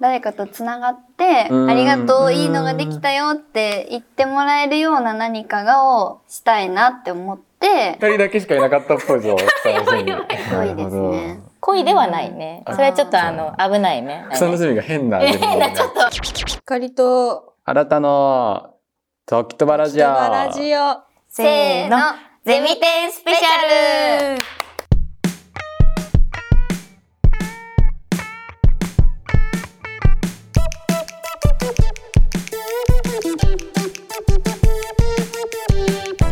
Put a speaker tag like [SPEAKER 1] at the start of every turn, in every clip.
[SPEAKER 1] 誰かとつながって、
[SPEAKER 2] うん
[SPEAKER 1] ありがとう、いいのができたよって言ってもらえるような何かがをしたいなって思って、
[SPEAKER 2] 二人だけしかいなかったっぽ いぞ。草の隅に。な
[SPEAKER 1] 良
[SPEAKER 2] る
[SPEAKER 1] いで
[SPEAKER 2] ほ
[SPEAKER 1] す
[SPEAKER 2] ど。
[SPEAKER 1] ね。
[SPEAKER 3] 恋ではないね。
[SPEAKER 2] うん
[SPEAKER 3] それはちょっと
[SPEAKER 2] あ
[SPEAKER 3] あの、危ないね。
[SPEAKER 2] 草の隅が変な。
[SPEAKER 3] 変なちょっと。
[SPEAKER 4] かりと、
[SPEAKER 2] 新たの、トキトバラジオ。
[SPEAKER 4] バラジオ。
[SPEAKER 1] せーの、
[SPEAKER 3] ゼミ展スペシャル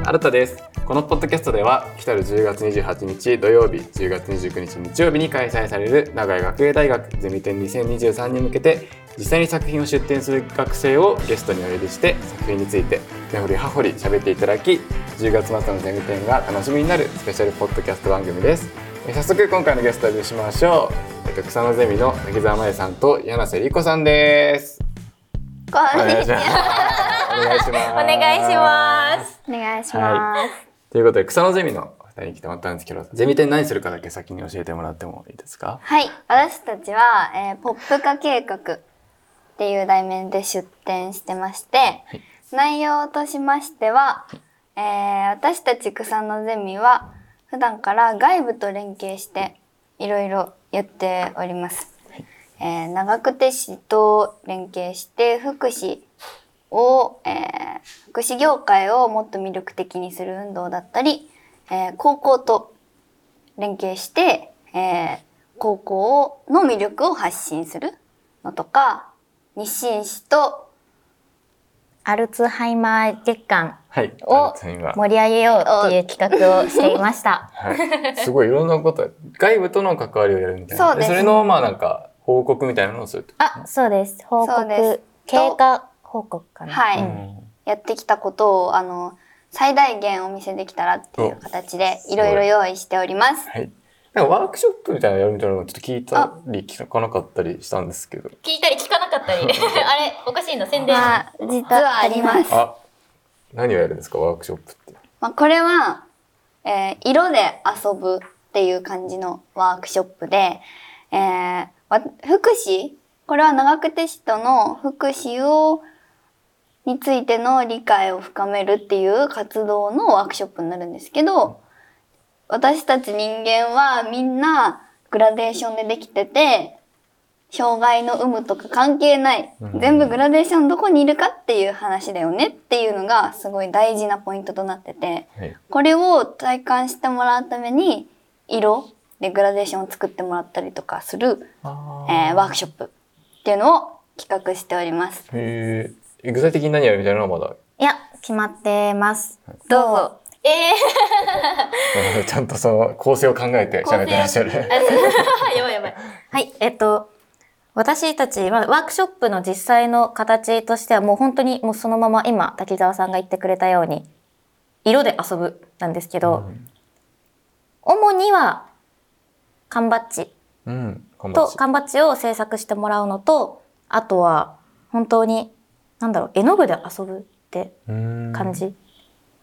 [SPEAKER 2] 新たですこのポッドキャストでは来たる10月28日土曜日10月29日日曜日に開催される長井学芸大学ゼミ展2023に向けて実際に作品を出展する学生をゲストにお呼びして作品について根掘り葉掘り喋っていただき10月末のゼミ展が楽しみになるスペシャルポッドキャスト番組ですえー早速今回のゲストをお呼びしましょう、えっと、草のゼミの滝沢真由さんと柳瀬理子さんです
[SPEAKER 1] こ
[SPEAKER 2] お
[SPEAKER 1] ん
[SPEAKER 2] 願い
[SPEAKER 1] に
[SPEAKER 2] し
[SPEAKER 1] ち
[SPEAKER 2] ます
[SPEAKER 1] は。
[SPEAKER 2] お願いします
[SPEAKER 3] お願いします。
[SPEAKER 1] お願いします。
[SPEAKER 2] ということで草のゼミのお二人に来てもらったんですけどゼミ展何するかだけ先に教えてもらってもいいですか
[SPEAKER 1] はい、私たちは、えーポップ化計画っていう題名で出展してまして、
[SPEAKER 2] い
[SPEAKER 1] 内容としましては、えー私たち草のゼミは普段から外部と連携していろいろやっております。えー長久手市と連携して福祉を、えー福祉業界をもっと魅力的にする運動だったり、えー高校と連携して、えー高校の魅力を発信するのとか日清市と
[SPEAKER 3] アルツハイマー月間
[SPEAKER 2] はい
[SPEAKER 3] を
[SPEAKER 2] あの今
[SPEAKER 3] 盛り上げようっていう企画をしていま した。
[SPEAKER 2] はい、 すごいいろんなこと外部との関わりをやるみたいな
[SPEAKER 1] そうです
[SPEAKER 2] それのまあなんか報告みたいなのをすると
[SPEAKER 3] あ、そうです。報
[SPEAKER 1] そうです
[SPEAKER 3] 告、経過報告かな。
[SPEAKER 1] はい
[SPEAKER 2] うん
[SPEAKER 1] やってきたことをあの最大限お見せできたらっていう形で
[SPEAKER 2] お
[SPEAKER 1] いろいろ用意しております。
[SPEAKER 2] はいなんかワークショップみたいなのやるみたいなのをちょっと聞いたり聞かなかったりしたんですけど
[SPEAKER 3] 聞いたり聞かなか ったり。あれ、おかしいな、宣伝。
[SPEAKER 1] まあ実はあります。
[SPEAKER 2] あ何をやるんですかワークショップって
[SPEAKER 1] まあ、これは、えー色で遊ぶっていう感じのワークショップで、えーわ福祉これは長久手市との福祉をについての理解を深めるっていう活動のワークショップになるんですけど私たち人間はみんなグラデーションでできてて障害の有無とか関係ない
[SPEAKER 2] うん
[SPEAKER 1] 全部グラデーションどこにいるかっていう話だよねっていうのがすごい大事なポイントとなってて
[SPEAKER 2] はい
[SPEAKER 1] これを体感してもらうために色でグラデーションを作ってもらったりとかする、
[SPEAKER 2] あ
[SPEAKER 1] えーワークショップっていうのを企画しております。
[SPEAKER 2] へえ具体的に何やるみたいなのはまだ
[SPEAKER 3] いや、決まってます。
[SPEAKER 1] どう
[SPEAKER 3] も
[SPEAKER 1] ぞ。
[SPEAKER 3] ええ
[SPEAKER 2] ちゃんとその構成を考えて喋ってらっしゃる。
[SPEAKER 3] あやばいやばい。はい、えっと、私たちはワークショップの実際の形としてはもう本当にもうそのまま今滝沢さんが言ってくれたように色で遊ぶなんですけど、主には缶バッジ
[SPEAKER 2] うん。頑張
[SPEAKER 3] と
[SPEAKER 2] って
[SPEAKER 3] 缶バッジを制作してもらうのとあとは本当になんだろう絵の具で遊ぶって
[SPEAKER 2] うん
[SPEAKER 3] 感じ、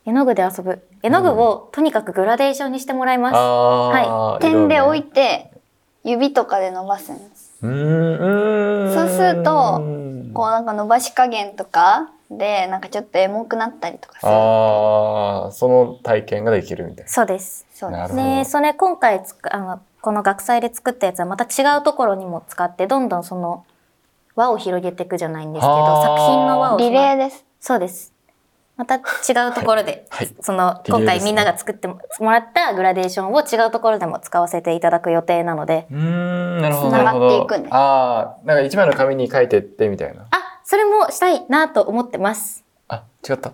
[SPEAKER 3] 絵の具で遊ぶ絵の具をとにかくグラデーションにしてもらいます。
[SPEAKER 2] あー
[SPEAKER 1] 点で置い
[SPEAKER 2] て。
[SPEAKER 1] て指とかで伸ばすんです。
[SPEAKER 2] うん。
[SPEAKER 1] そうするとこう
[SPEAKER 2] う。
[SPEAKER 1] なんか伸ばし加減とかでなんかちょっとエモくなったりとかする。
[SPEAKER 2] ああ、その体験ができるみたい
[SPEAKER 3] そうです。
[SPEAKER 1] そう
[SPEAKER 2] な
[SPEAKER 1] で
[SPEAKER 2] る
[SPEAKER 1] す。
[SPEAKER 2] ほど
[SPEAKER 3] ね、それ今回つくあのこの学祭で作ったやつはまた違うところにも使ってどんどんその輪を広げていくじゃないんですけ
[SPEAKER 2] あ
[SPEAKER 3] ど
[SPEAKER 2] ー
[SPEAKER 3] 作品の輪を
[SPEAKER 1] リレーです。
[SPEAKER 3] そうですまた違うところで、
[SPEAKER 2] はいはい
[SPEAKER 3] その
[SPEAKER 2] リレー
[SPEAKER 3] 今
[SPEAKER 2] ですね
[SPEAKER 3] 回みんなが作ってももらったグラデーションを違うところでも使わせていただく予定なので
[SPEAKER 2] な。うん、なるほど。
[SPEAKER 1] 繋がっていくんです
[SPEAKER 2] ああ、なんか一枚の紙に書いてってみたいな。
[SPEAKER 3] あそれもしたいなと思ってます
[SPEAKER 2] あ、違った。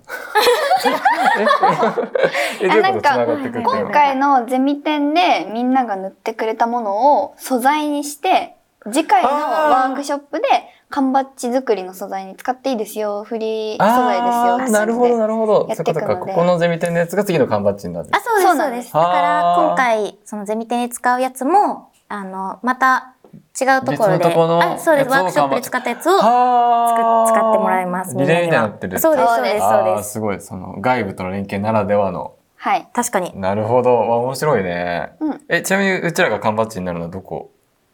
[SPEAKER 2] え、えどういうこと繋がっていくっていうの
[SPEAKER 1] 今回のゼミ展でみんなが塗ってくれたものを素材にして次回のワークショップで缶バッジ作りの素材に使っていいですよフリー素材
[SPEAKER 2] あ
[SPEAKER 1] です
[SPEAKER 2] あ、
[SPEAKER 1] よ
[SPEAKER 2] なるほど、
[SPEAKER 1] な
[SPEAKER 2] なるほど。
[SPEAKER 1] やっ
[SPEAKER 2] そ
[SPEAKER 1] て
[SPEAKER 2] っ
[SPEAKER 1] い
[SPEAKER 2] か
[SPEAKER 1] く
[SPEAKER 2] そ
[SPEAKER 1] ので
[SPEAKER 2] っか、ここのゼミ展のやつが次の缶バッジになってる
[SPEAKER 3] あそうです
[SPEAKER 1] そう
[SPEAKER 3] そ
[SPEAKER 1] な
[SPEAKER 3] うんで
[SPEAKER 1] ですす
[SPEAKER 3] だか
[SPEAKER 2] あ
[SPEAKER 3] ら
[SPEAKER 2] ー
[SPEAKER 3] 今回そのゼミ展で使うやつもあのまた違うとこ
[SPEAKER 2] 別
[SPEAKER 3] ろで
[SPEAKER 2] のとこの
[SPEAKER 3] あそう
[SPEAKER 2] や
[SPEAKER 3] です
[SPEAKER 2] つを
[SPEAKER 3] ワークショップで使ったやつを
[SPEAKER 2] は
[SPEAKER 3] 使ってもらいます。
[SPEAKER 2] リ
[SPEAKER 3] みんな
[SPEAKER 2] レー
[SPEAKER 3] に
[SPEAKER 2] みたいにな
[SPEAKER 3] は
[SPEAKER 2] ってる。
[SPEAKER 3] そうです、
[SPEAKER 1] あ
[SPEAKER 3] そうです、
[SPEAKER 2] あ
[SPEAKER 3] そう
[SPEAKER 2] ー
[SPEAKER 3] です。
[SPEAKER 2] すごい、その外部との連携ならではの。
[SPEAKER 1] はい
[SPEAKER 3] 確かに。
[SPEAKER 2] なるほど、わ面白いね。
[SPEAKER 1] うん
[SPEAKER 2] え、ちなみにうちらが缶バッジになるのはどこ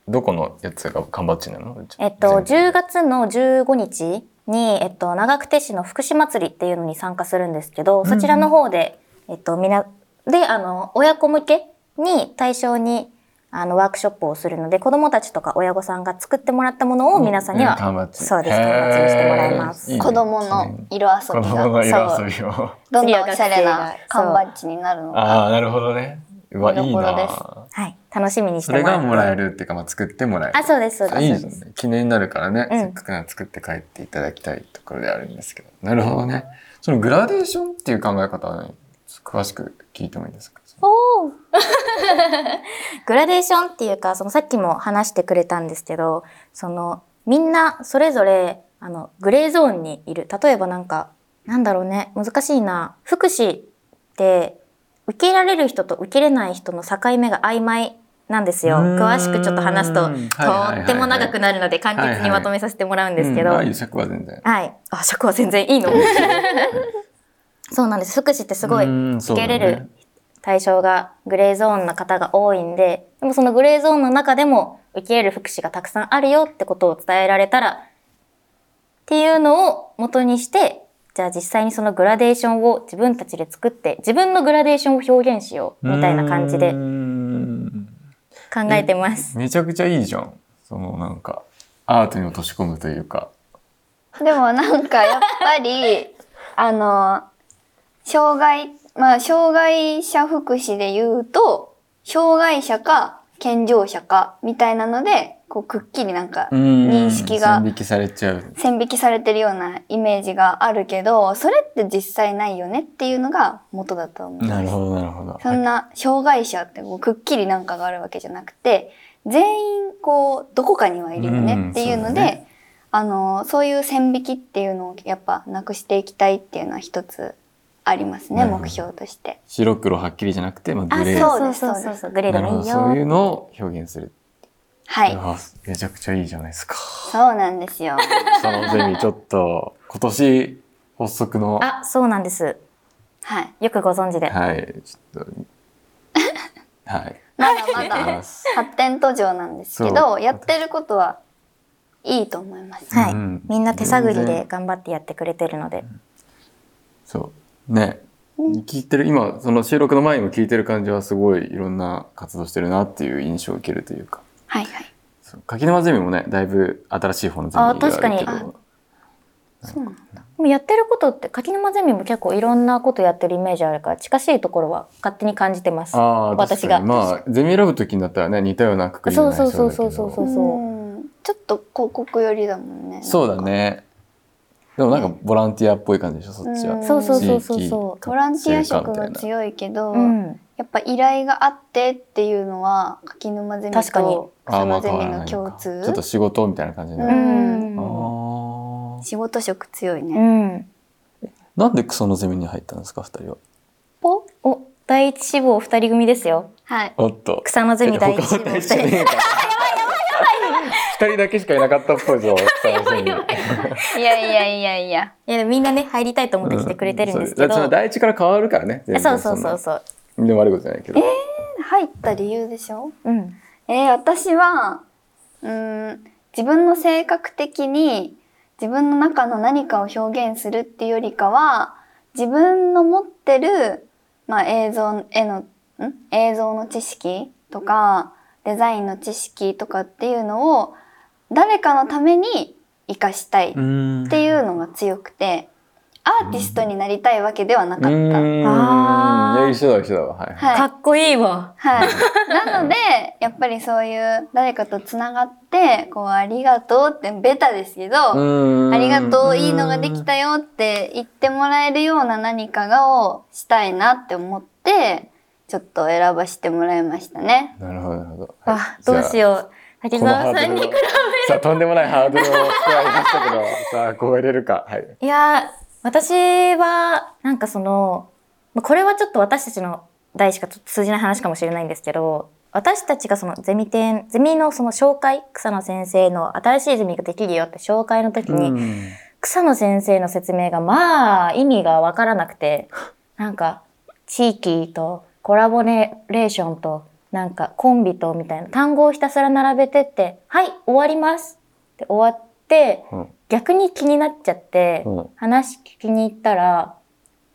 [SPEAKER 2] どこのやつが缶バッジなの
[SPEAKER 3] えっと、10
[SPEAKER 2] 月。
[SPEAKER 3] 月の15日に、えっと、長久手市の福祉祭りっていうのに参加するんですけど、そちらの方で、えっと、みな、で、あの、親子向けに対象に、あの、ワークショップをするので、子供たちとか親御さんが作ってもらったものを皆さんには、
[SPEAKER 2] うん缶バッジ
[SPEAKER 3] そうです、缶バッジにしてもらいま
[SPEAKER 2] へー
[SPEAKER 3] す。
[SPEAKER 2] いいね
[SPEAKER 1] 子供の色遊
[SPEAKER 2] 子
[SPEAKER 1] び
[SPEAKER 2] 供の
[SPEAKER 1] が、
[SPEAKER 2] 色
[SPEAKER 1] そう、
[SPEAKER 2] 遊びを。
[SPEAKER 1] どんどんおしゃれな
[SPEAKER 3] そう
[SPEAKER 1] 缶バッジになるの。
[SPEAKER 2] ああ、なるほどね。うわ、
[SPEAKER 1] 見ど
[SPEAKER 2] いい
[SPEAKER 1] ころです
[SPEAKER 2] な。
[SPEAKER 3] はい、楽しみにし
[SPEAKER 2] そ
[SPEAKER 3] ても
[SPEAKER 2] れ
[SPEAKER 3] ら
[SPEAKER 2] がもら
[SPEAKER 3] え
[SPEAKER 2] えるっていうか、まあ、作ってもらえる。
[SPEAKER 3] あ、そうです、そうです。
[SPEAKER 2] いいですね。記念になるからね、
[SPEAKER 3] うん
[SPEAKER 2] せっかくなら作って帰っていただきたいところであるんですけど。なるほどね。そのグラデーションっていう考え方は、ね、詳しく聞いてもいいですか
[SPEAKER 3] グラデーションっていうか、そのさっきも話してくれたんですけど、そのみんなそれぞれあのグレーゾーンにいる。例えばなんか、なんだろうね、難しいな。福祉って受け入れられる人と受け入れない人の境目が曖昧なんですよ。
[SPEAKER 2] うーん
[SPEAKER 3] 詳しくちょっと話すと、
[SPEAKER 2] はいはいはいはい
[SPEAKER 3] とっても長くなるので簡潔にまとめさせてもらうんですけど。
[SPEAKER 2] うんああいう尺は全然。
[SPEAKER 3] はい。あ、職は全然いいのそうなんです。福祉ってすごい
[SPEAKER 2] うん
[SPEAKER 3] 受
[SPEAKER 2] そうだ
[SPEAKER 3] け
[SPEAKER 2] ね
[SPEAKER 3] れる対象がグレーゾーンの方が多いんで、でもそのグレーゾーンの中でも受け入れる福祉がたくさんあるよってことを伝えられたら、っていうのを元にして、じゃあ実際にそのグラデーションを自分たちで作って、自分のグラデーションを表現しようみたいな感じ
[SPEAKER 2] うー
[SPEAKER 3] で
[SPEAKER 2] ん
[SPEAKER 3] 考えてます。
[SPEAKER 2] めちゃくちゃいいじゃん。そのなんか、アートに落とし込むというか。
[SPEAKER 1] でもなんかやっぱ り、あの、障害、まあ障害者福祉で言うと、障害者か健常者かみたいなので、こうくっきりなんか認識が
[SPEAKER 2] 線引きされちゃう。
[SPEAKER 1] 線引きされてるようなイメージがあるけど、それって実際ないよねっていうのが元だと思う。
[SPEAKER 2] なるほど、なるほど。
[SPEAKER 1] そんな障害者ってこうくっきりなんかがあるわけじゃなくて、全員こうどこかにはいるよ
[SPEAKER 2] うん
[SPEAKER 1] ねっていうの
[SPEAKER 2] そう
[SPEAKER 1] で、
[SPEAKER 2] だね
[SPEAKER 1] あのそういう線引きっていうのをやっぱなくしていきたいっていうのは一つありますね
[SPEAKER 2] なるほど
[SPEAKER 1] 目標として。
[SPEAKER 2] 白黒はっきりじゃなくて、まあ、
[SPEAKER 3] あ、
[SPEAKER 2] グレー。
[SPEAKER 3] そうそうそうそうそう、グレーで
[SPEAKER 2] なるほ
[SPEAKER 3] も
[SPEAKER 2] ど
[SPEAKER 3] いい
[SPEAKER 2] そういう
[SPEAKER 3] よ。
[SPEAKER 2] のを表現する。
[SPEAKER 1] はい、
[SPEAKER 2] わめちゃくちゃいいじゃないですか。
[SPEAKER 1] そうなんですよ。
[SPEAKER 2] そのゼミ、ちょっと、今年発足の、
[SPEAKER 3] あ、そうなんです。
[SPEAKER 1] はい、
[SPEAKER 3] よくご存知で。
[SPEAKER 2] はい、ちょっと、 はい。
[SPEAKER 1] まだま
[SPEAKER 2] あり
[SPEAKER 1] だ
[SPEAKER 2] ます
[SPEAKER 1] 発展途上なんですけ
[SPEAKER 2] そ
[SPEAKER 1] ど、
[SPEAKER 2] う
[SPEAKER 1] やってることはいいと思います。
[SPEAKER 3] はい、
[SPEAKER 2] うん
[SPEAKER 3] みんな手探りで頑張ってやってくれてるので。
[SPEAKER 2] そう。ね。聞いてる、今、その収録の前にも聞いてる感じはすごいいろんな活動してるなっていう印象を受けるというか。
[SPEAKER 1] はいはい。
[SPEAKER 2] そう柿沼ゼミもね、だいぶ新しい方のゼミではるけど。
[SPEAKER 3] あ確かに
[SPEAKER 1] そうなんだ。
[SPEAKER 3] でもやってることって柿沼ゼミも結構いろんなことやってるイメージあるから近しいところは勝手に感じてます。
[SPEAKER 2] ああ、
[SPEAKER 3] 私
[SPEAKER 2] 私
[SPEAKER 3] が
[SPEAKER 2] が。まあ、ゼミ選ぶ時になったらね、似たようなくくりになりそうだけど。
[SPEAKER 3] そうそうそうそうそう
[SPEAKER 1] うんちょっと広告寄りだもんね。
[SPEAKER 2] そうだね。でもなんかボランティアっぽい感じでしょ、そっちは。
[SPEAKER 1] うん
[SPEAKER 3] そうそうそうそうそ
[SPEAKER 1] ボランティア色
[SPEAKER 2] 活
[SPEAKER 1] が
[SPEAKER 2] 性化みたいな
[SPEAKER 1] 強いけど、
[SPEAKER 3] う。うん。
[SPEAKER 1] やっぱ依頼があってっていうのは柿沼ゼミと
[SPEAKER 3] 確かに
[SPEAKER 2] あ
[SPEAKER 1] 草
[SPEAKER 2] あ、ま
[SPEAKER 1] 間
[SPEAKER 2] あ
[SPEAKER 1] ゼ
[SPEAKER 2] 変わ
[SPEAKER 1] ミ
[SPEAKER 2] らな
[SPEAKER 1] の
[SPEAKER 2] い
[SPEAKER 1] 共
[SPEAKER 2] か。ち
[SPEAKER 1] 通
[SPEAKER 2] ょっと仕事みたいな感じにな
[SPEAKER 3] う
[SPEAKER 2] る。
[SPEAKER 3] ん。
[SPEAKER 2] あ
[SPEAKER 1] 仕事色強いね、
[SPEAKER 3] うん。
[SPEAKER 2] あ。なんでそのゼミに入ったんですか、二人は。
[SPEAKER 3] お、お、第一志望二人組ですよ。
[SPEAKER 1] はい
[SPEAKER 2] おっと。
[SPEAKER 3] 草のゼミ第一
[SPEAKER 2] 他
[SPEAKER 3] 志
[SPEAKER 2] は
[SPEAKER 3] 望二
[SPEAKER 2] 大
[SPEAKER 3] 人
[SPEAKER 2] 丈夫。
[SPEAKER 3] 組。
[SPEAKER 2] やばいやばいやばい。二人だけしかいなかったっぽいぞ。やばいやばい。
[SPEAKER 1] いやいやいやいや
[SPEAKER 3] いや、みんなね、入りたいと思って来てくれてるんですけ
[SPEAKER 2] うんそうだからその
[SPEAKER 3] ど。
[SPEAKER 2] 第一から変わるからね。全
[SPEAKER 3] そう
[SPEAKER 2] 然
[SPEAKER 3] そうそ
[SPEAKER 2] ん
[SPEAKER 3] う
[SPEAKER 2] な
[SPEAKER 3] そう。
[SPEAKER 2] でも悪いことじゃないけど。
[SPEAKER 1] 入った理由でしょ
[SPEAKER 3] うん。
[SPEAKER 1] えー、私はうーん自分の性格的に自分の中の何かを表現するっていうよりかは自分の持ってる、まあ、映像へのん映像の知識とかデザインの知識とかっていうのを誰かのために活かしたいっ
[SPEAKER 2] ん
[SPEAKER 1] ていうのが強くてアーティストになりたいわけではなか
[SPEAKER 2] う
[SPEAKER 1] っ
[SPEAKER 2] ー
[SPEAKER 1] た。
[SPEAKER 2] ん。
[SPEAKER 3] あー
[SPEAKER 2] いや一緒だわ一緒だわ。はい。
[SPEAKER 1] はい
[SPEAKER 3] かっこいいわ。
[SPEAKER 1] はい。なので、やっぱりそういう誰かとつながって、こう、ありがとうってベタですけど、
[SPEAKER 2] あ
[SPEAKER 1] ありがとう、いいのができたよって言ってもらえるような何かがをしたいなって思って、ちょっと選ばせてもらいましたね。
[SPEAKER 2] なるほどなるほど。
[SPEAKER 3] あ、どうし
[SPEAKER 2] う。
[SPEAKER 3] よう。滝沢さんに比べる
[SPEAKER 2] さあとんでもないハードルを加えましたけど、さあ超えれるか。はい。
[SPEAKER 3] いやー、私は、なんかその、まあこれはちょっと私たちの代しかちょっと通じない話かもしれないんですけど、私たちがそのゼミ展、ゼミのその紹介、草野先生の新しいゼミができるよって紹介の時に、草野先生の説明がまあ意味がわからなくて、なんか地域とコラボレーションとなんかコンビとみたいな単語をひたすら並べてって、はい、終わりますって終わって、
[SPEAKER 2] うん
[SPEAKER 3] 逆に気になっちゃって、
[SPEAKER 2] うん
[SPEAKER 3] 話聞きに行ったら、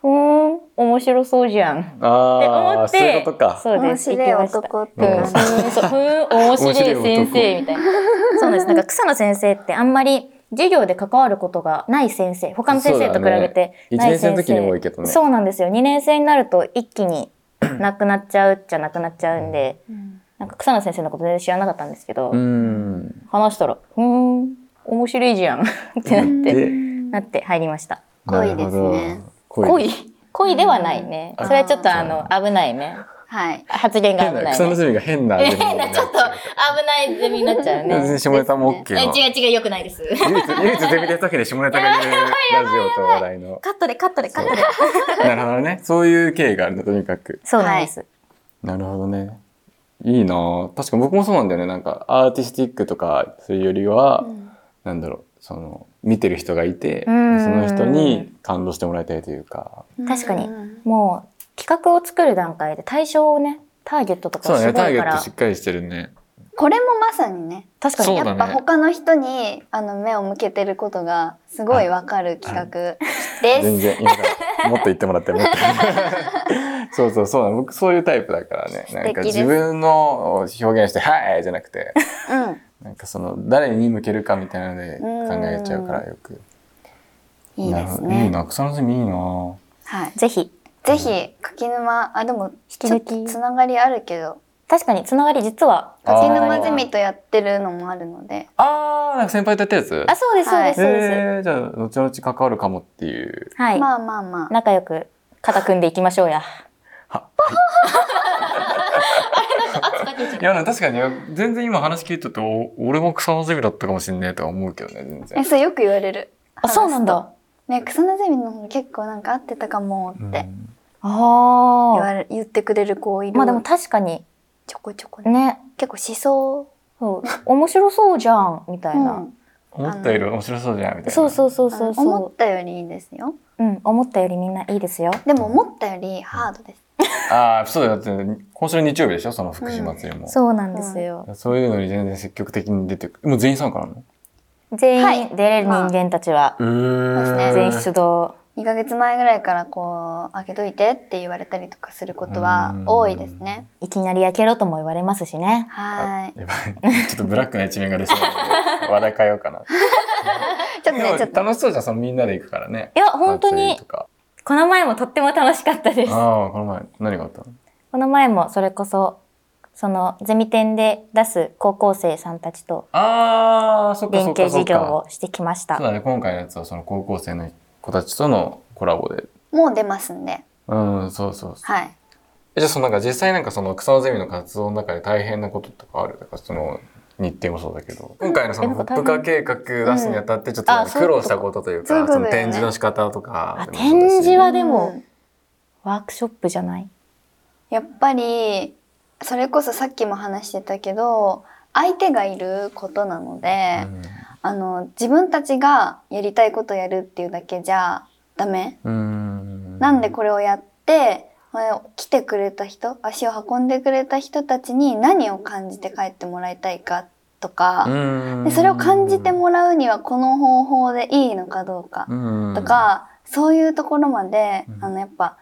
[SPEAKER 3] ふーん、面白そうじゃん。って思
[SPEAKER 2] あ
[SPEAKER 3] っ
[SPEAKER 2] あ、
[SPEAKER 3] て、
[SPEAKER 2] そういうことか。
[SPEAKER 3] そうです。
[SPEAKER 1] 面白い
[SPEAKER 3] 行きました
[SPEAKER 1] 男って
[SPEAKER 3] うん、そうふーん、面白い先生みたいな。そうなんです。なんか草野先生ってあんまり授業で関わることがない先生、他の先生と比べて
[SPEAKER 2] そうだ
[SPEAKER 3] な
[SPEAKER 2] ね一年
[SPEAKER 3] い先生。
[SPEAKER 2] 生の時に多いけどね
[SPEAKER 3] そうなんですよ。2年生になると一気になくなっちゃうっちゃなくなっちゃうんで、なんか草野先生のこと全然知らなかったんですけど、
[SPEAKER 2] うん。
[SPEAKER 3] 話したら、ふーん、面白いじゃんってなって、
[SPEAKER 2] で、
[SPEAKER 3] なって入りました。
[SPEAKER 1] 濃いですね
[SPEAKER 2] 濃い。
[SPEAKER 3] 恋恋ではないね。それはちょっとあの、危ないね。
[SPEAKER 1] はい。
[SPEAKER 3] 発言が
[SPEAKER 2] 変
[SPEAKER 3] 危
[SPEAKER 2] な、
[SPEAKER 3] ない、
[SPEAKER 2] 草の
[SPEAKER 3] ね。
[SPEAKER 2] 隅が変な。
[SPEAKER 3] 変な、ちょっと危ないゼミになっちゃうね。
[SPEAKER 2] 全然下ネタも OK
[SPEAKER 3] え
[SPEAKER 2] の。
[SPEAKER 3] 違う違う、良くないです。
[SPEAKER 2] 唯一、 唯一ゼミでやったけで下ネタ が言えるラジオと話題の。
[SPEAKER 3] カットで、カットで、カットで。
[SPEAKER 2] なるほどね。そういう経緯があるんだ、とにかく。
[SPEAKER 3] そうなんです。
[SPEAKER 2] なるほどね。いいなぁ確か僕もそうなんだよね。なんか、アーティスティックとかするよりは、なんだろう、その、見てる人がいて、そ
[SPEAKER 3] うん
[SPEAKER 2] の人に感動してもらいたいというか。
[SPEAKER 3] 確かに
[SPEAKER 1] うん
[SPEAKER 3] もう、企画を作る段階で対象をね、ターゲットとか
[SPEAKER 2] そう
[SPEAKER 3] を
[SPEAKER 2] だね、
[SPEAKER 3] 絞るか
[SPEAKER 2] ターゲッ
[SPEAKER 3] ら
[SPEAKER 2] トしっ、かりしてるね。
[SPEAKER 1] これもまさにね、
[SPEAKER 3] 確か
[SPEAKER 2] そ
[SPEAKER 3] に
[SPEAKER 2] う
[SPEAKER 1] や
[SPEAKER 2] だね
[SPEAKER 1] っぱ他の人にあの目を向けてることがすごいわかる企画で
[SPEAKER 2] 全
[SPEAKER 1] す。
[SPEAKER 2] 然、今から、もっと言ってもらっ て、もっと。そうそうそうだ、僕そういうタイプだからね。なんか
[SPEAKER 1] 素敵です
[SPEAKER 2] 自分のを表現して、はいじゃなくて、
[SPEAKER 1] う
[SPEAKER 2] なんかその、誰に向けるかみたいなので考えちゃうからよく。
[SPEAKER 1] ん。いい
[SPEAKER 2] な
[SPEAKER 1] で
[SPEAKER 2] る
[SPEAKER 1] す
[SPEAKER 2] ほどいい
[SPEAKER 1] ね。
[SPEAKER 2] な、草の隅いいな
[SPEAKER 1] はい。
[SPEAKER 3] ぜひ。
[SPEAKER 1] ぜひ柿沼あでもちょっ
[SPEAKER 3] 引き
[SPEAKER 1] と
[SPEAKER 3] 続き
[SPEAKER 1] つながりあるけど
[SPEAKER 3] 確かに、つながり実は、
[SPEAKER 2] あ
[SPEAKER 1] 柿
[SPEAKER 2] ー
[SPEAKER 1] 沼ゼミとやってるのもあるので
[SPEAKER 2] あー、なんか先輩とやったやつ
[SPEAKER 3] あ、そうです、そうです、そうで
[SPEAKER 2] えー、じゃあ後々関わるかもっていう
[SPEAKER 3] す。はい。
[SPEAKER 1] まあまあまあ
[SPEAKER 3] 仲良く、肩組んでいきましょうや。
[SPEAKER 2] いやなんか確かに全然今話聞いててお俺も草のゼミだったかもしんねえとは思うけどね全
[SPEAKER 1] え
[SPEAKER 2] 然、
[SPEAKER 1] そうよく言われる
[SPEAKER 3] あ、そうなんだ。
[SPEAKER 1] ね草のゼミの方結構なんか合ってたかも
[SPEAKER 2] う
[SPEAKER 1] っ
[SPEAKER 2] ん
[SPEAKER 1] て言わ
[SPEAKER 3] ああ。
[SPEAKER 1] れ言ってくれる子いる
[SPEAKER 3] まあでも確かに、
[SPEAKER 1] ちょこちょこね
[SPEAKER 3] ね、
[SPEAKER 1] 結構思想
[SPEAKER 3] そう、面白そうじゃん、みたいな。
[SPEAKER 2] 思ったより面白そうじゃんみたいな
[SPEAKER 3] そうそうそう
[SPEAKER 1] そ
[SPEAKER 3] そうう
[SPEAKER 1] 思
[SPEAKER 3] そ
[SPEAKER 1] ったよりいいですよ
[SPEAKER 3] う。うん、思ったよりみんないいですよ。
[SPEAKER 1] でも思ったよりハードです
[SPEAKER 2] ああそうだよだって今週の日曜日でしょその福祉祭りも、
[SPEAKER 3] そうなんですよ。
[SPEAKER 2] そういうのに全然積極的に出てくるもう全員参加なの
[SPEAKER 1] は
[SPEAKER 3] 全
[SPEAKER 1] い
[SPEAKER 3] 員出れる人間たちは
[SPEAKER 2] え
[SPEAKER 1] そうですね
[SPEAKER 3] 全員出動、
[SPEAKER 1] 2ヶ月前ぐらいからこう開けといてって言われたりとかすることは多いですね
[SPEAKER 3] いきなり焼けろとも言われますしね。
[SPEAKER 1] は
[SPEAKER 2] やばいちょっとブラックな一面が出そうなので話題変えようか
[SPEAKER 1] い
[SPEAKER 2] な。
[SPEAKER 1] ちょっと
[SPEAKER 2] でも
[SPEAKER 1] ねちょっと
[SPEAKER 2] 楽しそうじゃん、そのみんなで行くからね。
[SPEAKER 3] いや本当に
[SPEAKER 2] 祭りとか
[SPEAKER 3] この前もとっても楽しかったです。
[SPEAKER 2] ああ、この前、何があったの
[SPEAKER 3] この前もそれこそ、そのゼミ展で出す高校生さんたちと
[SPEAKER 2] ああ、そっか
[SPEAKER 3] 連
[SPEAKER 2] そっ
[SPEAKER 3] 携
[SPEAKER 2] かそ
[SPEAKER 3] 授
[SPEAKER 2] っ
[SPEAKER 3] 業
[SPEAKER 2] か。
[SPEAKER 3] をしてきまし
[SPEAKER 2] そう
[SPEAKER 3] た。
[SPEAKER 2] だね、今回のやつはその高校生の子たちとのコラボで。
[SPEAKER 1] もう出ますんで
[SPEAKER 2] うん、そうそうそう。
[SPEAKER 1] はい
[SPEAKER 2] えじゃあそのなんか実際なんかその草のゼミの活動の中で大変なこととかあるだからその日程もそうだけど。今回のその
[SPEAKER 3] え
[SPEAKER 2] ホ
[SPEAKER 3] なん
[SPEAKER 2] ッ
[SPEAKER 3] か
[SPEAKER 2] プ化計画出すにあたってちょっとなん
[SPEAKER 3] あ
[SPEAKER 2] か
[SPEAKER 3] そうい
[SPEAKER 2] 苦
[SPEAKER 3] うこと
[SPEAKER 2] 労したことという
[SPEAKER 1] そういう
[SPEAKER 2] か、
[SPEAKER 1] こと
[SPEAKER 2] そ
[SPEAKER 1] だよ
[SPEAKER 2] の
[SPEAKER 1] ね
[SPEAKER 2] 展示の仕方とか
[SPEAKER 3] あ
[SPEAKER 2] でもそうだし。
[SPEAKER 3] 展示はで
[SPEAKER 1] う
[SPEAKER 3] も
[SPEAKER 1] ん
[SPEAKER 3] ワークショップじゃない
[SPEAKER 1] やっぱりそれこそさっきも話してたけど相手がいることなので、あの自分たちがやりたいことをやるっていうだけじゃダメ、
[SPEAKER 2] うん。
[SPEAKER 1] なんでこれをやってこれを来てくれた人足を運んでくれた人たちに何を感じて帰ってもらいたいかとか、
[SPEAKER 2] うん
[SPEAKER 1] でそれを感じてもらうにはこの方法でいいのかどうか
[SPEAKER 2] うん
[SPEAKER 1] とか、そういうところまで、あのやっぱ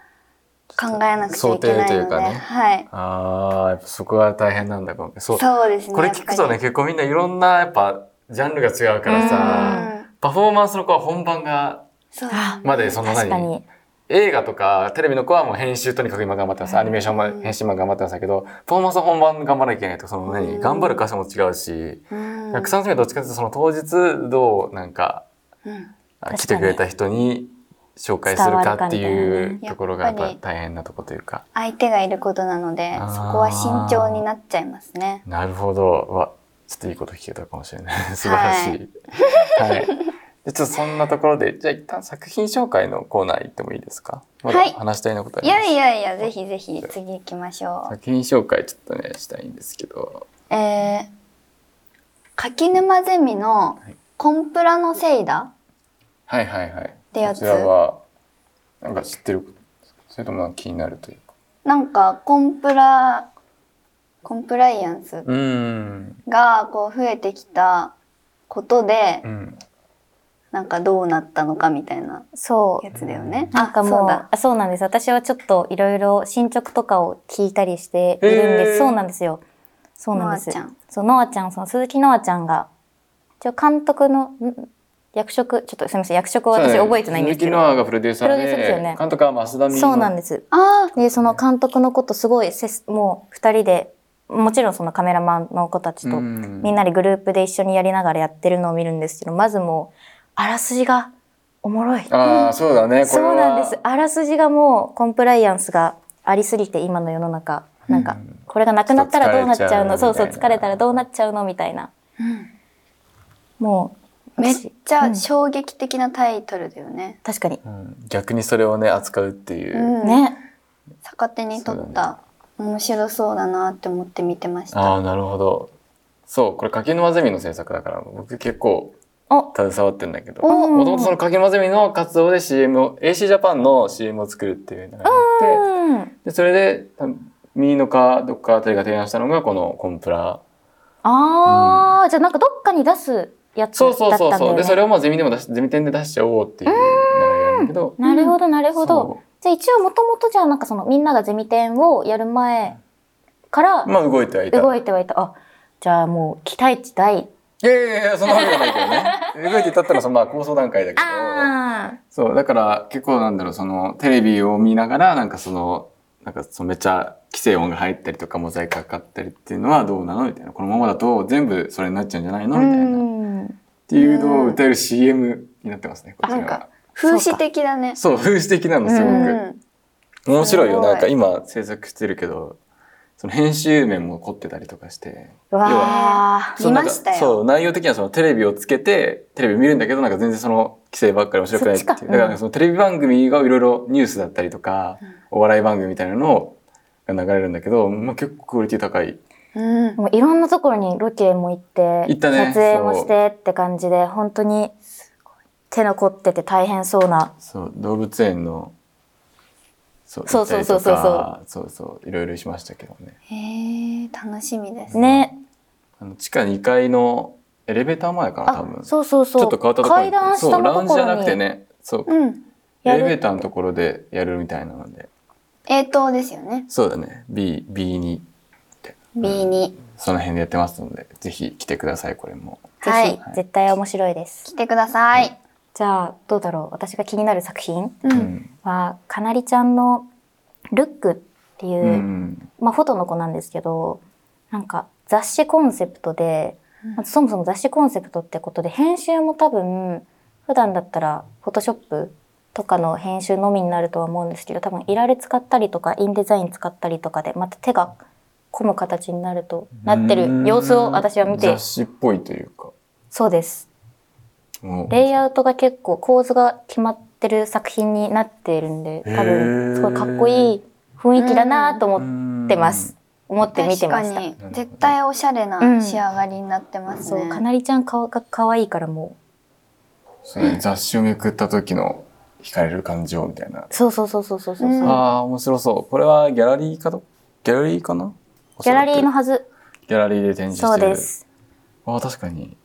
[SPEAKER 1] 考えなくちゃいけないので
[SPEAKER 2] 想定というかね
[SPEAKER 1] はい、
[SPEAKER 2] ああ、やっぱそこが大変なんだ、今回。そう。
[SPEAKER 1] そうですね。
[SPEAKER 2] これ聞くとね、
[SPEAKER 1] やっぱり
[SPEAKER 2] 結構みんないろんな、やっぱ、ジャンルが違うからさ、
[SPEAKER 1] うん
[SPEAKER 2] パフォーマンスの子は本番が、
[SPEAKER 1] そう
[SPEAKER 2] までその
[SPEAKER 3] 確か
[SPEAKER 2] 何
[SPEAKER 3] に。
[SPEAKER 2] 映画とかテレビの子はもう編集とにかく今頑張ってます。アニメーションも編集も頑張ってますけど、パフォーマンスは本番頑張らなきゃいけないと、その何、頑張る箇所も違うし、
[SPEAKER 1] うん
[SPEAKER 2] 草の隅はどっちかというとその当日どうなんか、
[SPEAKER 1] うん
[SPEAKER 3] かに
[SPEAKER 2] 来てくれた人に紹介するかって
[SPEAKER 3] 伝わ
[SPEAKER 2] い
[SPEAKER 3] るかみたいな
[SPEAKER 2] う
[SPEAKER 1] ね
[SPEAKER 2] ところがやっ
[SPEAKER 1] やっ
[SPEAKER 2] ぱ
[SPEAKER 1] ぱり
[SPEAKER 2] 大変なとこというか。
[SPEAKER 1] 相手がいることなので
[SPEAKER 2] あー
[SPEAKER 1] そこは慎重になっちゃいますね。
[SPEAKER 2] なるほど。わ、ちょっといいこと聞けたかもしれない。素晴らしい。はい。でちょっとそんなところで、じゃあ一旦作品紹介のコーナー行ってもいいですかまだ
[SPEAKER 1] はい
[SPEAKER 2] 話したいなことあ
[SPEAKER 1] い
[SPEAKER 2] ります
[SPEAKER 1] やいやいやぜひぜひ次行きましょう。
[SPEAKER 2] 作品紹介ちょっとね、したいんですけど。
[SPEAKER 1] えー、柿沼ゼミのコンプラのせいだ
[SPEAKER 2] はいはいはい。
[SPEAKER 1] てやつ
[SPEAKER 2] こちらは、なんか知ってることそれともなんか気になるというか。
[SPEAKER 1] なんかコンプラコンプライアンス
[SPEAKER 2] うん。
[SPEAKER 1] がこう増えてきたことで、
[SPEAKER 2] うん。
[SPEAKER 1] なんかどうなったのかみたいな
[SPEAKER 3] そう
[SPEAKER 1] や。つだよね。
[SPEAKER 3] なんか
[SPEAKER 1] あそ
[SPEAKER 3] も
[SPEAKER 1] う
[SPEAKER 3] う、あ
[SPEAKER 1] だ。
[SPEAKER 3] そうなんです。私はちょっといろいろ進捗とかを聞いたりしているん
[SPEAKER 2] へ
[SPEAKER 3] で
[SPEAKER 2] ー
[SPEAKER 3] す。そうなんですよ。そうなんです。
[SPEAKER 1] ノアちゃん
[SPEAKER 3] そう、ノアちゃん、その鈴木ノアちゃんが、一応監督の、ん役職、ちょっとすみません、役職を私覚えてないんですけ
[SPEAKER 2] そうだね鈴木奈々
[SPEAKER 3] ど。
[SPEAKER 2] がプロデューサー
[SPEAKER 3] プロデューサーですよ
[SPEAKER 2] で
[SPEAKER 3] ね、
[SPEAKER 2] 監督は増田美
[SPEAKER 3] そうなん
[SPEAKER 2] で
[SPEAKER 3] です。
[SPEAKER 1] あ
[SPEAKER 3] で、その監督のことすごいせす、もう二人で、もちろんそのカメラマンの子たちと、みん
[SPEAKER 2] な。
[SPEAKER 3] なでグループで一緒にやりながらやってるのを見るんですけど、まずもう、あらすじがおもろい。
[SPEAKER 2] ああ、そうだね。これ
[SPEAKER 3] そう
[SPEAKER 2] は
[SPEAKER 3] なんです。。あらすじがもうコンプライアンスがありすぎて今の世の中。なん
[SPEAKER 2] う
[SPEAKER 3] か
[SPEAKER 2] ん、
[SPEAKER 3] これがなくなったらどうなっちゃうの
[SPEAKER 2] ちょ
[SPEAKER 3] そ
[SPEAKER 2] っ
[SPEAKER 3] う
[SPEAKER 2] と疲れちゃうみたいな
[SPEAKER 3] そう、疲れたらどうなっちゃうのみたいな。もう、
[SPEAKER 1] めっ
[SPEAKER 3] 私
[SPEAKER 1] ちゃ
[SPEAKER 3] うん
[SPEAKER 1] 衝撃的なタイトルだよね。
[SPEAKER 3] 確かに。
[SPEAKER 2] うん逆にそれをね、扱うっていうう。
[SPEAKER 1] ん
[SPEAKER 3] ね。
[SPEAKER 1] 逆手に取
[SPEAKER 2] そう
[SPEAKER 1] っ
[SPEAKER 2] だ
[SPEAKER 1] た、面白そうだなって思って見てまし
[SPEAKER 2] あ
[SPEAKER 1] た。
[SPEAKER 2] あ、なるほど。そう、これ柿沼ゼミの制作だから、僕結構
[SPEAKER 3] お、
[SPEAKER 2] 携わってんだけど。
[SPEAKER 3] お
[SPEAKER 2] もともとその柿沼ゼミの活動で CM を、AC ジャパンの CM を作るっていうのがあって、
[SPEAKER 3] うん。
[SPEAKER 2] でそれで多分右のかどっかあたりが提案したのがこのコンプラ
[SPEAKER 3] あー、じゃあなんかどっかに出すやつだ
[SPEAKER 2] そ
[SPEAKER 3] っ
[SPEAKER 2] うそう
[SPEAKER 3] たん
[SPEAKER 2] そう
[SPEAKER 3] だ
[SPEAKER 2] そう、
[SPEAKER 3] よ
[SPEAKER 2] でそれ
[SPEAKER 3] ね。
[SPEAKER 2] をまあゼミでも出しゼミ展で出しちゃおうっていう流れなんだけど
[SPEAKER 3] なるほど、なるほど。
[SPEAKER 2] そ
[SPEAKER 3] じゃあ一応もともとじゃあなんかそのみんながゼミ展をやる前から
[SPEAKER 2] うまあ動いてはいた
[SPEAKER 3] 動いてはいた。あ、じゃあもう期待値大。
[SPEAKER 2] いやいやいやそんなことないけどね動いてたったらそのまあ構想段階だけど
[SPEAKER 3] あ
[SPEAKER 2] そうだから結構なんだろうそのテレビを見ながらなんかそのなんかそのめっちゃ規制音が入ったりとかモザイクかかったりっていうのはどうなのみたいなこのままだと全部それになっちゃうんじゃないの
[SPEAKER 3] ー。
[SPEAKER 2] みたいなっ
[SPEAKER 3] うん。
[SPEAKER 2] ていうのを歌える CM になってますねこちら
[SPEAKER 1] なん
[SPEAKER 2] は
[SPEAKER 1] か。風刺的だね。
[SPEAKER 2] そう、風刺的なの、すご
[SPEAKER 3] う
[SPEAKER 2] く。
[SPEAKER 1] ん。
[SPEAKER 2] 面白いよ。
[SPEAKER 1] すごい
[SPEAKER 2] なんか今制作してるけど、その編集面も凝ってたりとかして。
[SPEAKER 3] わー
[SPEAKER 2] そうなん
[SPEAKER 1] 見
[SPEAKER 2] か
[SPEAKER 1] ましたよ
[SPEAKER 2] そう、内容的にはそのテレビをつけて、テレビ見るんだけど、なんか全然その規制ばっかり面白くないっていう。
[SPEAKER 3] そっ
[SPEAKER 2] だ
[SPEAKER 3] ち
[SPEAKER 2] か
[SPEAKER 3] から
[SPEAKER 2] なんかそのテレビ番組がいろいろニュースだったりとか、お笑い番組みたいなのが流れるんだけど、まあ、結構クオリティ高い。
[SPEAKER 1] うん。
[SPEAKER 3] もういろんなところにロケも行って、
[SPEAKER 2] 行ったね
[SPEAKER 3] 撮影もしてって感じで、本当に手残ってて大変そうな。
[SPEAKER 2] そう、動物園の、そう
[SPEAKER 3] そうそうそうそう
[SPEAKER 2] 行ったりとかそうそう、いろいろしましたけどね。
[SPEAKER 1] へえ、楽しみです。
[SPEAKER 3] ね。
[SPEAKER 2] あの地下2階のエレベーター前かな、多
[SPEAKER 3] あ
[SPEAKER 2] 分。、
[SPEAKER 3] そうそうそう。
[SPEAKER 2] ちょっと変わったところ
[SPEAKER 3] 階段下のと
[SPEAKER 2] そう
[SPEAKER 3] こ
[SPEAKER 2] ラウンジじゃな
[SPEAKER 3] ろ
[SPEAKER 2] くて
[SPEAKER 3] に。
[SPEAKER 2] ねそう、
[SPEAKER 1] うん。
[SPEAKER 3] や
[SPEAKER 2] エ
[SPEAKER 3] る
[SPEAKER 2] レベーターのところでやるみたいなので
[SPEAKER 1] え等ですよね。
[SPEAKER 2] そうだね B B2
[SPEAKER 1] B に
[SPEAKER 2] その辺でやってますのでぜひ来てくださいこれも
[SPEAKER 3] ぜ
[SPEAKER 1] は
[SPEAKER 3] ひ
[SPEAKER 1] い、
[SPEAKER 3] 絶対面白いです。
[SPEAKER 1] 来てください。
[SPEAKER 3] じゃあ、どうだろう。私が気になる作品
[SPEAKER 1] う。
[SPEAKER 2] うんん、
[SPEAKER 3] は、かなりちゃんのルックっていうう、
[SPEAKER 2] ん、
[SPEAKER 3] まあ、フォトの子なんですけど、なんか雑誌コンセプトで、まずそもそも雑誌コンセプトってことで、編集も多分、普段だったら、フォトショップとかの編集のみになるとは思うんですけど、多分、いられ使ったりとか、インデザイン使ったりとかで、また手が込む形になると、なってる様子を私は見て
[SPEAKER 2] 雑、誌っぽいというか
[SPEAKER 3] そうです。
[SPEAKER 2] もう
[SPEAKER 3] レイアウトが結構構図が決まってる作品になっているんで、多
[SPEAKER 2] へー
[SPEAKER 3] 分、すごいかっこいい雰囲気だなと思ってます。思って見て
[SPEAKER 1] 確か
[SPEAKER 3] ました。
[SPEAKER 1] に絶対おしゃれな仕上がりになってます
[SPEAKER 3] そう、か
[SPEAKER 1] ね。
[SPEAKER 3] なりちゃん顔が可愛いからも
[SPEAKER 2] そうね雑誌をめくった時の惹かれる感情みたいな
[SPEAKER 3] う。、そうそうそうそうそうそう。
[SPEAKER 1] うん
[SPEAKER 2] ああ面白そうこれはギャラリーかとギャラリーかな
[SPEAKER 3] ギャラリーのはず。
[SPEAKER 2] ギャラリーで展示してる
[SPEAKER 3] そうです。
[SPEAKER 2] ああ確かに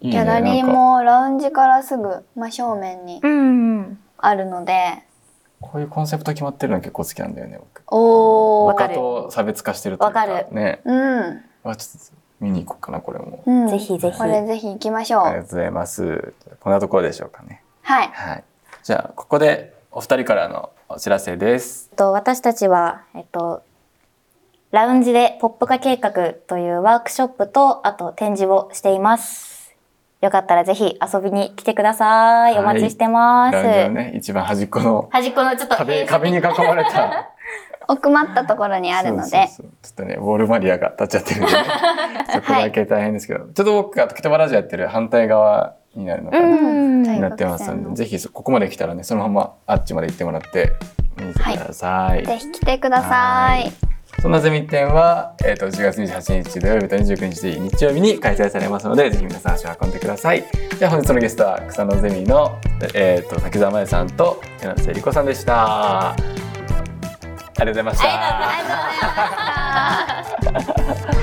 [SPEAKER 2] いいね
[SPEAKER 1] ギャラリー
[SPEAKER 2] なんか
[SPEAKER 1] もラウンジからすぐ真正面に
[SPEAKER 3] うん。
[SPEAKER 1] あるので、
[SPEAKER 2] こういうコンセプト決まってるの結構好きなんだよね僕
[SPEAKER 1] お
[SPEAKER 3] わ
[SPEAKER 1] ー。
[SPEAKER 3] か
[SPEAKER 2] 他
[SPEAKER 3] る
[SPEAKER 2] と差別化してるという
[SPEAKER 3] わかる
[SPEAKER 2] ね
[SPEAKER 1] うん。
[SPEAKER 2] あちょっと見に行こうかなこれも
[SPEAKER 1] うん、
[SPEAKER 3] ぜひぜひ
[SPEAKER 1] これぜひ行きましょう。
[SPEAKER 2] ありがとうございますこんなところでしょうかね
[SPEAKER 1] はい。
[SPEAKER 2] はいじゃあここでお二人からのお知らせです
[SPEAKER 3] えっと私たちは、えっと、ラウンジでポップ化計画というワークショップと、あと展示をしています。よかったらぜひ遊びに来てください。お待ちしてます。
[SPEAKER 2] ラウンジのね一番端っこの
[SPEAKER 3] 端っこのちょっと
[SPEAKER 2] 壁
[SPEAKER 3] 閉
[SPEAKER 2] 壁に囲まれ た
[SPEAKER 1] 奥まったところにあるので、
[SPEAKER 2] そうそうそうちょっとねウォールマリアが立っちゃってるんで、ね、そ こだけ大変ですけど、ちょっと僕が時たまラジオやってる反対側になるのかな、
[SPEAKER 3] うん。
[SPEAKER 1] は
[SPEAKER 2] に
[SPEAKER 1] い
[SPEAKER 2] なってますので、ぜひそここまで来たらね、そのままあっちまで行ってもらって見てください。
[SPEAKER 1] ぜひ来てください。
[SPEAKER 2] そんなゼミ展は、えっ、と10月28日土曜日と29日日曜日に開催されますので、ぜひ皆さん足を運んでください。じゃあ本日のゲストは草野ゼミのえっ、と滝沢真由さんと柳瀬理子さんでした。ありがとうございました。
[SPEAKER 1] ありがとうございました。